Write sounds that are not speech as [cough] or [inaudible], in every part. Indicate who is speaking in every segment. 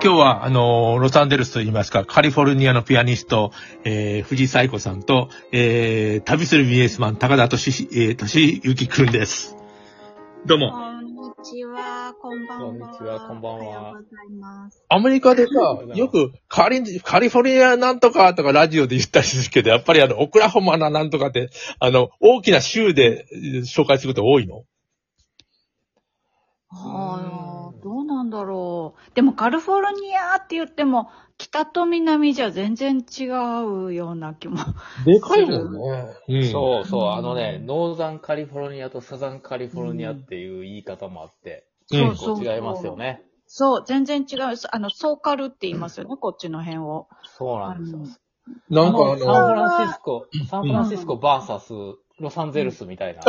Speaker 1: 今日は、あのーロサンゼルスといいますか、カリフォルニアのピアニスト、えー、藤井彩子さんと、えー、旅するビジネスマン、高田敏し、えー、敏之くんです。ど
Speaker 2: [laughs]
Speaker 1: うも。
Speaker 3: こんにちは、こんばんは。
Speaker 2: こんにちはこんばん
Speaker 3: お
Speaker 2: は
Speaker 3: はようございます。
Speaker 1: アメリカでさ
Speaker 2: ありがとうございま、す
Speaker 1: よくカリ、カリフォルニアなんとかとかラジオで言ったりするけど、やっぱりあの、オクラホマななんとかって、あの、大きな州でえー紹介すること多いの
Speaker 3: ああ、どうなんだろう。でもカリフォルニアって言っても、北と南じゃ全然違うような気も。
Speaker 1: でかいもんね。うん。
Speaker 2: そうそうう、
Speaker 3: ん
Speaker 2: あのね、ノーザンカリフォルニアとサザンカリフォルニアっていう言い方もあって、
Speaker 1: うん
Speaker 3: そう
Speaker 2: 結
Speaker 3: そう
Speaker 2: 構
Speaker 3: そう
Speaker 2: 違いますよね。
Speaker 3: そう、全然違う。あの、ソーカルって言いますよね、こっちの辺を。
Speaker 2: そうなんですよ。
Speaker 1: なんか
Speaker 2: あ
Speaker 1: あ
Speaker 2: のサン
Speaker 1: の、
Speaker 2: フランシスコ、サンフランシスコバーサス、ロサンゼルスみたいな。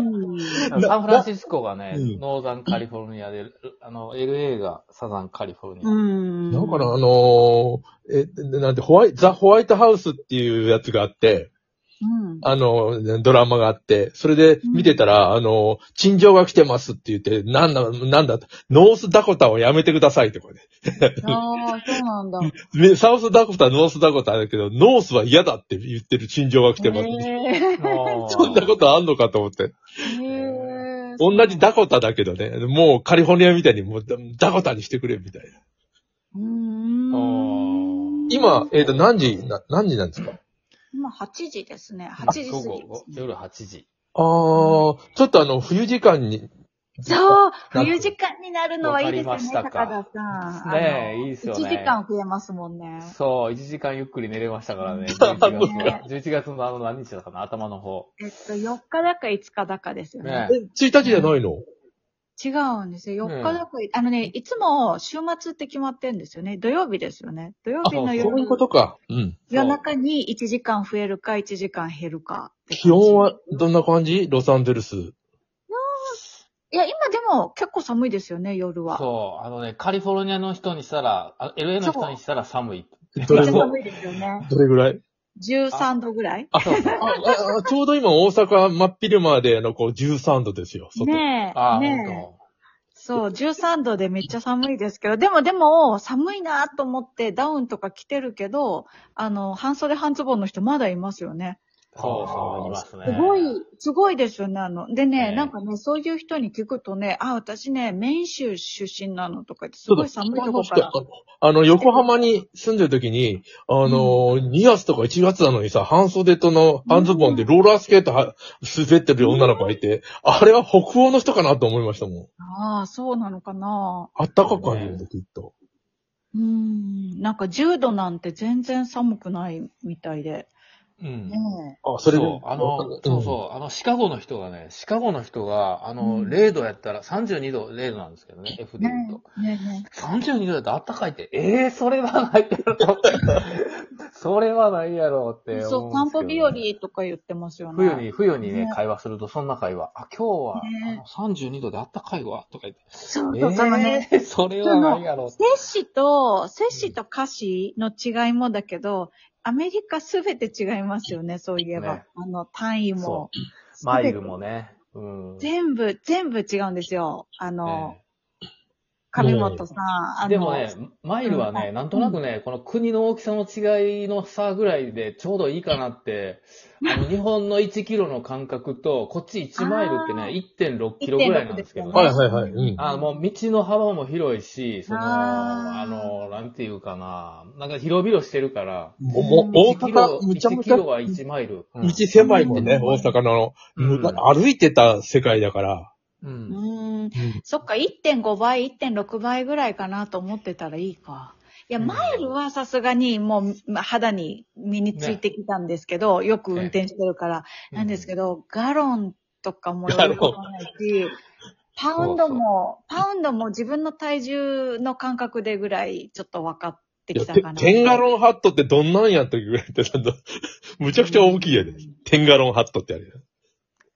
Speaker 3: うん。
Speaker 2: サンフランシスコがね、
Speaker 1: うん
Speaker 2: ノーザンカリフォルニアで、あの、LA がサザンカリフォルニア。。
Speaker 3: うん。
Speaker 1: なんかな、あのーえ、なんて、ホワイ、ザ・ホワイトハウスっていうやつがあって、
Speaker 3: うん。
Speaker 1: あの、ドラマがあって、それで見てたら、あの、陳情が来てますって言って、なんだ、なんだ、ノースダコタをやめてくださいってこれ、
Speaker 3: ああ、そうなんだ。
Speaker 1: ね。サウスダコタ、ノースダコタだけど、ノースは嫌だって言ってる陳情が来てます。
Speaker 3: へえ。
Speaker 1: そんなこととあんのかと思って。
Speaker 3: へえ
Speaker 1: 同じダコタだけどね、もうカリフォルニアみたいにもうダダコタにしてくれみたいな。
Speaker 3: うん。
Speaker 1: 今、えっ、と、何時、な何時なんですか
Speaker 3: 今8時ですね。8時過
Speaker 2: 午
Speaker 3: ぎ
Speaker 2: 後、夜8時。
Speaker 1: あー、ちょっとあの、冬時間に。
Speaker 3: そう冬時間になるのはいいです
Speaker 2: わかり
Speaker 3: ね、
Speaker 2: ました
Speaker 3: 高
Speaker 2: か
Speaker 3: 田さん。
Speaker 2: ねえ
Speaker 3: あの
Speaker 2: いいですよね
Speaker 3: 1時間増えますもんね。
Speaker 2: そう、1時間ゆっくり寝れましたからね。
Speaker 1: そう
Speaker 2: 11月の
Speaker 3: ね、
Speaker 2: 11月のあの何日だったかな、頭の方。
Speaker 3: えっと、4日だか5日だかですよね
Speaker 2: ね。
Speaker 1: え、1日じゃないの
Speaker 3: 違うんですよ。4日だか、あのね、いつも週末って決まってんですよね。土曜日ですよね。土曜日
Speaker 2: あそ
Speaker 3: の
Speaker 2: う
Speaker 3: 夜
Speaker 1: そういうことか。うん。
Speaker 3: 夜中に1時間増えるか1時間減るかって感じ
Speaker 1: 気温はどんな感じロサンゼルス。
Speaker 3: いや、今でも結構寒いですよね、夜は。
Speaker 2: そう、あのね、カリフォルニアの人にしたら、あ LA の人にしたら寒い。
Speaker 1: [laughs] ど
Speaker 3: めっ
Speaker 1: れ
Speaker 3: ちゃ
Speaker 1: ぐらい
Speaker 3: 寒いですよね。
Speaker 1: どれぐらい
Speaker 3: 13度ぐらい
Speaker 2: あ、そうそう。
Speaker 1: あああちょうど今大阪真っ昼間で、あの、こう13度ですよ、外。
Speaker 3: ねえ。
Speaker 2: あ、
Speaker 3: ねえ
Speaker 2: 本
Speaker 3: そう、13度でめっちゃ寒いですけど、でもでも、寒いなと思ってダウンとか着てるけど、あの、半袖半ズボンの人まだいますよね。
Speaker 2: 当。そうそう、いますね。
Speaker 3: すごい、すごいですよね、あの。でね、
Speaker 2: ね
Speaker 3: なんかね、そういう人に聞くとね、あ、私ね、メイン州出身なのとか言って、すごい寒いとこから。
Speaker 1: あの、横浜に住んでる時に、あの、2月とか1月なのにさ、半袖との半ズボンでローラースケートは滑ってる女の子がいて、あれは北欧の人かなと思いましたもん。
Speaker 3: ああ、そうなのかな。
Speaker 1: あったかく感じるんだ、きっと。
Speaker 3: うーん、なんか10度なんて全然寒くないみたいで。
Speaker 2: うん
Speaker 3: ね。え。
Speaker 1: あ、そ
Speaker 2: そ
Speaker 1: れ
Speaker 2: れ
Speaker 1: で
Speaker 2: そう、あの、そうそう、あの、シカゴの人がね、シカゴの人が、あ
Speaker 3: う
Speaker 2: の、
Speaker 3: ん
Speaker 2: 0度やったら、32度、0度なんですけどね、F で
Speaker 3: ね
Speaker 2: 言うと。
Speaker 3: え、ねえ、ねえ。
Speaker 2: 32度だとあったかいって、ええー、それはないやろ。 [laughs] それはないやろって思
Speaker 3: そう、
Speaker 2: うん
Speaker 3: 散
Speaker 2: ですけど
Speaker 3: 歩
Speaker 2: ね
Speaker 3: 日和とか言ってますよね。
Speaker 2: 冬に、冬にね
Speaker 3: ね、
Speaker 2: 会話すると、そんな会話、あ、今日は、
Speaker 3: ね
Speaker 2: あの32度であったかいわ、とか言って、
Speaker 3: そう
Speaker 2: え
Speaker 3: そう、そのね、
Speaker 2: ー、それはないやろって。
Speaker 3: 摂氏と、摂氏と歌詞の違いもだけど、アメリカすべて違いますよね、そういえば。
Speaker 2: ね
Speaker 3: あの、単位も
Speaker 2: そ。マイルもね。うん。
Speaker 3: 全部、全部違うんですよ。あの、
Speaker 2: ね
Speaker 3: 上本さん。あの、
Speaker 2: でもね、マイルはね、なんとなくね、この国の大きさの違いの差ぐらいでちょうどいいかなって、あの、日 [laughs] 本の1キロの間隔と、こっち1マイルって
Speaker 3: あ
Speaker 2: ね、1.6キロぐらいなんですけど
Speaker 3: 1.6
Speaker 2: ね。
Speaker 1: はいはいはいうん
Speaker 2: あもう道の幅も広いし、その、
Speaker 3: あー
Speaker 2: あの、なんていうかな、なんか広々してるから、
Speaker 1: もう大
Speaker 2: 1キロ
Speaker 1: 阪、むちゃ
Speaker 2: 1
Speaker 1: む
Speaker 2: キ
Speaker 1: ちゃ
Speaker 2: ロは1マイル。うん
Speaker 1: 道狭いもんね、大阪の。
Speaker 2: うん
Speaker 1: 歩いてた世界だから。
Speaker 2: う。
Speaker 3: うんーん、そっか、1.5倍、1.6倍ぐらいかなと思ってたらいいか。いや、
Speaker 2: うん
Speaker 3: マイルはさすがにもうま肌に身についてきたんですけど、よく運転してるから、なんですけ
Speaker 2: ど。
Speaker 3: ど、ガロンとかもよくわかんないし、パウンドも、パウンドも自分の体重の感覚でぐらいちょっと分かって
Speaker 1: いや
Speaker 3: き
Speaker 1: て
Speaker 3: たかな。
Speaker 1: テンガロンハットってどんなんやったっけぐらいって、なんだ [laughs] むちゃくちゃ大きいやで。テンガロンハットってあれ。 [laughs] い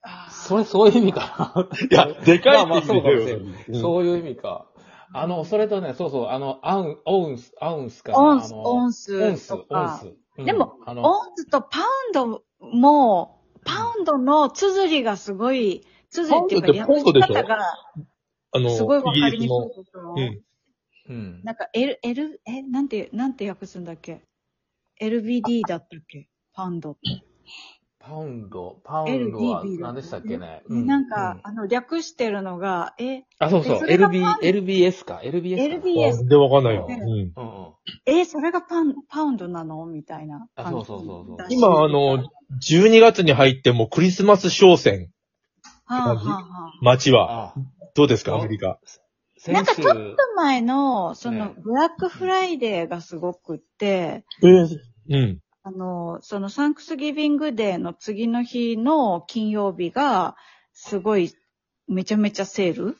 Speaker 3: あー
Speaker 2: それ、そういう意味か
Speaker 1: や、でかい
Speaker 2: まあまあ
Speaker 1: って意味だよ。う
Speaker 2: な。
Speaker 1: ん
Speaker 2: そういう意味か。あの、それとね、そうそう、あの、アン、オウンス、アウンスかな。
Speaker 3: オンス
Speaker 2: あ、の
Speaker 3: オン
Speaker 2: オン
Speaker 3: ス
Speaker 2: ス、オ
Speaker 3: と
Speaker 2: ン
Speaker 3: か
Speaker 2: ス。。うん
Speaker 3: でも、
Speaker 2: あの、
Speaker 3: オンスとパウンドも、パウンドの綴りがすごい、綴りっていうか、
Speaker 1: パウンドってポンドでしょ
Speaker 3: 訳し方が
Speaker 1: あの、
Speaker 3: すごいわか
Speaker 1: イギ
Speaker 3: り
Speaker 1: リ
Speaker 3: に
Speaker 1: ス
Speaker 3: く
Speaker 1: の
Speaker 3: いですよ。
Speaker 1: うん
Speaker 2: うん。
Speaker 3: なんか L、L、え、なんて、なんて訳すんだっけ ?LBD だったっけパンドって。
Speaker 2: パウンド、パウンドは
Speaker 3: LDB
Speaker 2: 何でしたっけね。う
Speaker 3: なんか、
Speaker 2: う
Speaker 3: あの、略してるのが、え、
Speaker 2: あ、そうそう、
Speaker 3: それが
Speaker 2: LB、LBS か、LBS か。
Speaker 3: LBS いいです
Speaker 1: あで、わかんないよ。
Speaker 2: う
Speaker 1: うんん。
Speaker 2: うんうん。
Speaker 3: え、それがパン、パウンドなのみたいな
Speaker 2: あ
Speaker 3: 感じ。
Speaker 2: そうそうそうそう
Speaker 3: だし
Speaker 1: 今、あ、の、12月に入ってもうクリスマス商戦、
Speaker 3: はあ、はあはあ、
Speaker 1: 街は。
Speaker 2: あ、
Speaker 1: どうですか、
Speaker 2: あ
Speaker 1: アメリカ。
Speaker 3: な
Speaker 2: 先
Speaker 3: んか
Speaker 2: 週
Speaker 3: ち、ょっと前の、そ
Speaker 2: ね
Speaker 3: の、ブラックフライデーがすごくって、
Speaker 1: えーうん。
Speaker 3: あの、そのサンクスギビングデーの次の日の金曜日が、すごい、めちゃめちゃセール
Speaker 1: うん。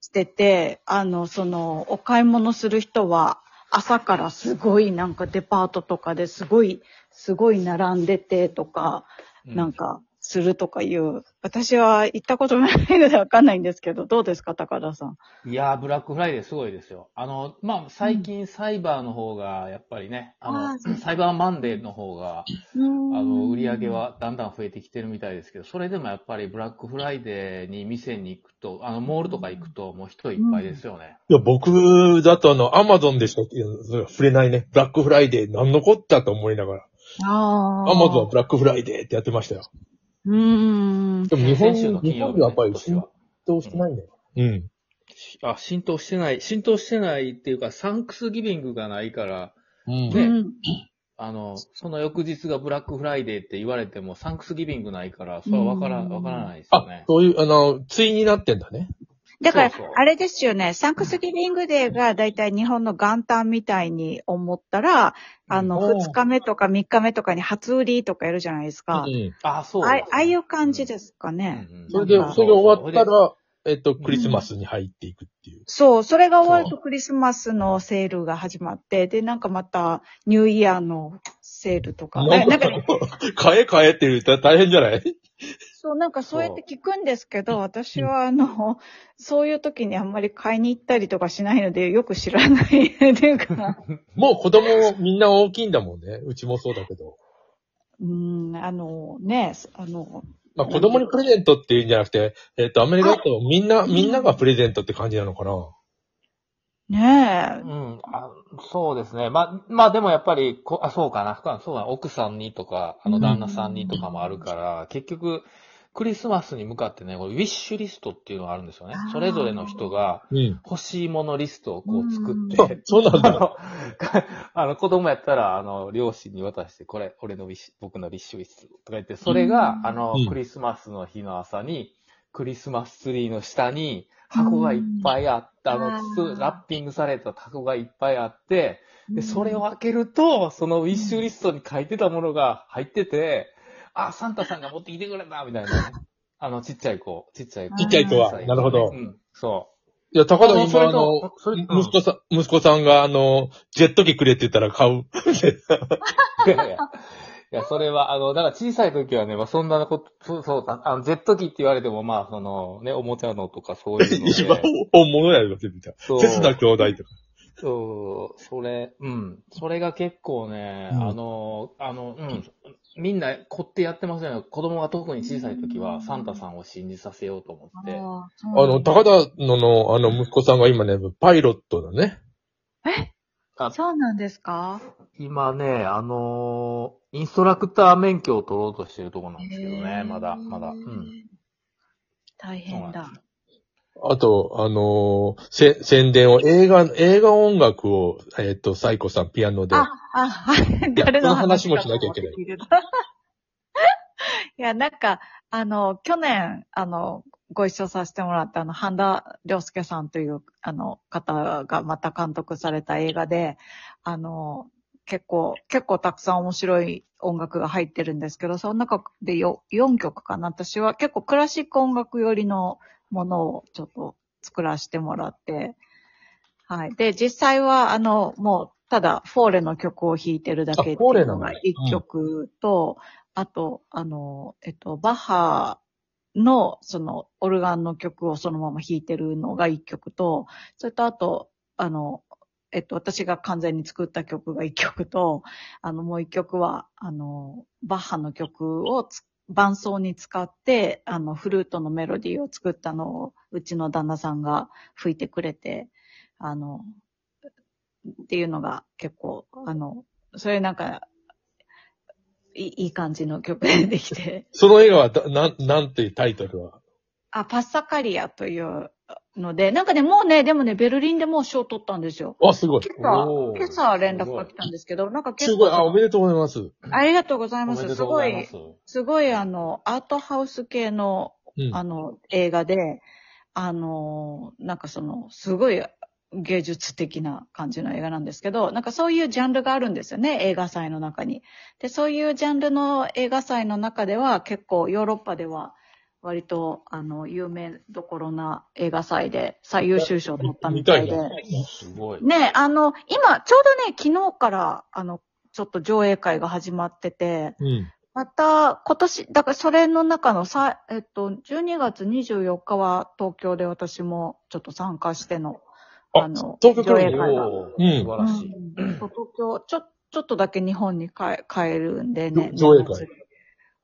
Speaker 3: してて、あの、その、お買い物する人は、朝からすごいなんかデパートとかですごい、すごい並んでてとか、
Speaker 2: う
Speaker 3: なんかするとかいう、私は行ったことないのでわかんないんですけど、どうですか、高田さん。
Speaker 2: いやー、ブラックフライデーすごいですよ。あの、まあ、最近サイバーの方が、やっぱりね、あの、
Speaker 3: あーそう
Speaker 2: サイバーマンデーの方が、
Speaker 3: あ
Speaker 2: あの、売り上げ。はだんだん増えてきてるみたいですけど、それでもやっぱりブラックフライデーに店に行くと、あの、モールとか行くと、もう人いっぱいですよね。
Speaker 1: いや、僕だとあの、アマゾンでしかいやそれは触れないね。ブラックフライデー、なんのこったと思いながら。
Speaker 3: ああ。
Speaker 1: アマゾンはブラックフライデーってやってましたよ。
Speaker 3: うーん。
Speaker 1: でも日本、
Speaker 2: 先週の金
Speaker 1: 日本
Speaker 2: 曜日、
Speaker 1: で
Speaker 2: ね、
Speaker 1: はやっぱり
Speaker 2: 今年
Speaker 1: 浸
Speaker 2: は
Speaker 1: 透してないんだよ。うん。
Speaker 2: あ、浸透してない。浸透してないっていうか、サンクスギビングがないから、
Speaker 1: うん
Speaker 2: ね
Speaker 3: うん。
Speaker 2: あの、その翌日がブラックフライデーって言われても、サンクスギビングないから、それはわから
Speaker 3: うん
Speaker 2: ん、わからないですよ
Speaker 1: あ
Speaker 2: ね、。
Speaker 1: そういう、あの、対になってんだね。
Speaker 3: だから
Speaker 2: そうそう、
Speaker 3: あれですよね、サンクスギビングデーがだいたい日本の元旦みたいに思ったら、あの、
Speaker 1: うん
Speaker 3: 2日目とか3日目とかに初売りとかやるじゃないですか。
Speaker 1: うん。
Speaker 2: あ、そう。
Speaker 3: ああいああいう感じですかね。
Speaker 2: うんうん
Speaker 1: それで
Speaker 3: なん、か
Speaker 1: それで終わった
Speaker 2: そう
Speaker 1: ら、えっと、クリスマスに入っていくっていう。
Speaker 3: そう、それが終わるとクリスマスのセールが始まって、で、なんかまたニューイヤーのセールとか。
Speaker 1: な
Speaker 3: なん
Speaker 1: か
Speaker 3: んか、
Speaker 1: 買え買えって言ったら大変じゃない
Speaker 3: そう、なんかそうやって聞くんですけど、私はあの、そういう時にあんまり買いに行ったりとかしないので、よく知らないっていうか。
Speaker 1: [laughs] もう子供みんな大きいんだもんね。うちもそうだけど。
Speaker 3: うん、あの、ね、あの、
Speaker 1: まあ子供にプレゼントっていうんじゃなくて、えっと、アメリカだとみんな、みんながプレゼントって感じなのかな。
Speaker 3: ねえ、
Speaker 2: うん、あそうですね。まあ、まあでもやっぱりこ、あ、そうかな。そうそうだ奥さんにとか、あ
Speaker 3: う
Speaker 2: の、
Speaker 3: ん
Speaker 2: 旦那さんにとかもあるから、結局、クリスマスに向かってね、これウィッシュリストっていうのがあるんですよね
Speaker 3: あ。ー
Speaker 2: それぞれの人が
Speaker 1: うん。
Speaker 2: 欲しいものリストをこう作
Speaker 1: そ
Speaker 2: っ
Speaker 1: う
Speaker 2: て、
Speaker 1: そうなん
Speaker 2: あ
Speaker 1: だ。
Speaker 2: の、 [laughs] あの子供やったら、あの、両親に渡して、これ、俺のウィッシュ、僕のウィッシュリストとか言って、それ
Speaker 3: う
Speaker 2: が、
Speaker 3: ん
Speaker 2: あの
Speaker 1: うん、
Speaker 2: クリスマスの日の朝に、クリスマスツリーの下に、箱がいっぱいあった、あ
Speaker 3: うん
Speaker 2: の、
Speaker 3: あ
Speaker 2: 包
Speaker 3: ー
Speaker 2: ラッピングされた箱がいっぱいあって、で、それを開けると、そのウィッシュリストに書いてたものが入ってて、あ、サンタさんが持ってきてくれたみたいなね。あの、ちっちゃい子、ちっちゃい子。
Speaker 3: ちっちゃい子
Speaker 1: はなるほど
Speaker 2: うん、そ
Speaker 1: いや、高田
Speaker 2: あそ
Speaker 1: 今
Speaker 2: れ
Speaker 1: あの
Speaker 2: と、それうん
Speaker 1: 息子さん、息子さんがあの、ジェット機くれって言ったら買う。
Speaker 2: う。いやいや。いや、それは、あの、だから小さい時はね、まあ、そんなこと、そう、そう、ああの、ジェット機って言われても、まあ、その、ね、おもちゃのとかそういう
Speaker 1: [laughs]
Speaker 2: ので。
Speaker 1: 一番本物やろ、絶対。
Speaker 2: そう
Speaker 1: セスナ兄弟とか。
Speaker 2: そう、それ、うん。それが結構ね、
Speaker 1: うん
Speaker 2: あの、あの、うん。みんな凝ってやってますよね。子供が特に小さい時は、サンタさんを信じさせようと思って。
Speaker 3: あ
Speaker 1: あの、高田のの、あの、息子さんが今ね、パイロットだね。
Speaker 2: あ
Speaker 3: そうなんですか
Speaker 2: 今ね、あのーインストラクター免許を取ろうとしてるところなんですけど
Speaker 3: へ
Speaker 2: ね、
Speaker 3: ー
Speaker 2: まだ、まだ。うん。
Speaker 3: 大
Speaker 2: そうな
Speaker 3: 変
Speaker 2: んで
Speaker 3: だ
Speaker 2: す。よ
Speaker 1: あと、あのーせ、宣伝を、映画、映画音楽を、えっ、と、サイコさん、ピアノで。
Speaker 3: あ、あ、はい。
Speaker 1: や
Speaker 3: 誰の
Speaker 1: その話もしなきゃいけない
Speaker 3: [laughs] いや、なんか、あの、去年、あの、ご一緒させてもらった、あの、半田良介さんという、あの、方がまた監督された映画で、あの、結構、結構たくさん面白い音楽が入ってるんですけど、その中でよ4曲かな。私は結構クラシック音楽寄りのものをちょっと作らせてもらって、はい。で、実際は、あの、もう、ただ、フォーレの曲を弾いてるだけってい
Speaker 1: あフォーレ
Speaker 3: う
Speaker 1: な
Speaker 3: の
Speaker 1: んだ
Speaker 3: が1曲と、あと、あの、えっと、バッハの、その、オルガンの曲をそのまま弾いてるのが1曲と、それとあと、あの、えっと、私が完全に作った曲が1曲と、あの、もう1曲は、あの、バッハの曲をつ伴奏に使って、あの、フルートのメロディーを作ったのを、うちの旦那さんが吹いてくれて、あの、っていうのが結構、あの、それなんか、いいいい感じの曲
Speaker 1: [laughs]
Speaker 3: でできて。
Speaker 1: その映画はだ、なん、なんていうタイトルは。
Speaker 3: あ、パッサカリアというので、なんかね、もうね、でもね、ベルリンでもう賞取ったんですよ。
Speaker 1: あ、すごい。
Speaker 3: 今朝、
Speaker 2: おー
Speaker 3: 今朝連絡が来たんですけど、なんか結
Speaker 1: す
Speaker 3: 構
Speaker 1: ごい。あ、おめでとうございます。
Speaker 3: ありがとうござい
Speaker 2: お
Speaker 3: ま
Speaker 2: め
Speaker 3: す。
Speaker 2: ですとうご
Speaker 3: ご
Speaker 2: ざいま
Speaker 3: い、
Speaker 2: す。
Speaker 3: すごいあの、アートハウス系の、
Speaker 1: うん。
Speaker 3: あの、映画で、あの、なんかその、すごい芸術的な感じの映画なんですけど、なんかそういうジャンルがあるんですよね、映画祭の中に。で、そういうジャンルの映画祭の中では、結構ヨーロッパでは、割と、あの、有名どころな映画祭で最優秀賞を取ったみたいで。
Speaker 1: 見たい
Speaker 2: すごい。
Speaker 3: ねあの、今、ちょうどね、昨日から、あの、ちょっと上映会が始まってて、
Speaker 1: うん。
Speaker 3: また、今年、だからそれの中のさ、えっと、12月24日は東京で私もちょっと参加しての、
Speaker 1: あ
Speaker 3: の、
Speaker 1: 東京
Speaker 3: 上
Speaker 1: 来る
Speaker 3: 映
Speaker 1: の
Speaker 3: 会が。
Speaker 2: おー
Speaker 1: うん
Speaker 2: 素晴
Speaker 3: うん
Speaker 2: らしい。
Speaker 3: そう東京、ちょ、ちょっとだけ日本に帰帰るんでね。
Speaker 1: 上映会。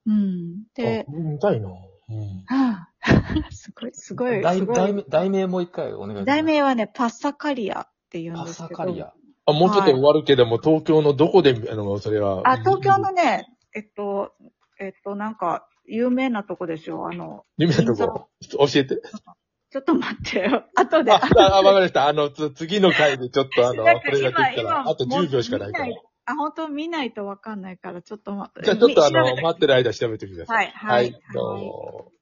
Speaker 3: うん。で、
Speaker 1: あ見たいな。うん。
Speaker 3: はあ [laughs] すごい、すごい、
Speaker 2: 題
Speaker 3: すご
Speaker 2: 題
Speaker 3: い。
Speaker 2: 名題名もう一回お願いします。
Speaker 3: 題名はね、パッサカリアっていうん
Speaker 2: パ
Speaker 3: です
Speaker 2: サ
Speaker 3: けど。
Speaker 2: カリア。
Speaker 1: あ、もうちょっと終わるけども、東京のどこで、あの、それは。
Speaker 3: あ、東京のね、えっと、えっと、なんか、有名なとこですよ。あの、
Speaker 1: 夢のとこ、教えて。
Speaker 3: ちょっと待ってよ。後で。
Speaker 1: あ、あ、わかりました。あの、つ次の回でちょっ
Speaker 3: [laughs]
Speaker 1: とあの、
Speaker 3: なんか
Speaker 1: これができた
Speaker 3: 今
Speaker 1: ら、あと
Speaker 3: もう
Speaker 1: 10秒しかないから
Speaker 3: 見。あ、本当見ないとわかんないから、ちょっと待って。
Speaker 1: じゃあちょっとあの、
Speaker 3: み調べて
Speaker 1: 待ってる間調べてください。
Speaker 3: はい、はい。
Speaker 1: どうも。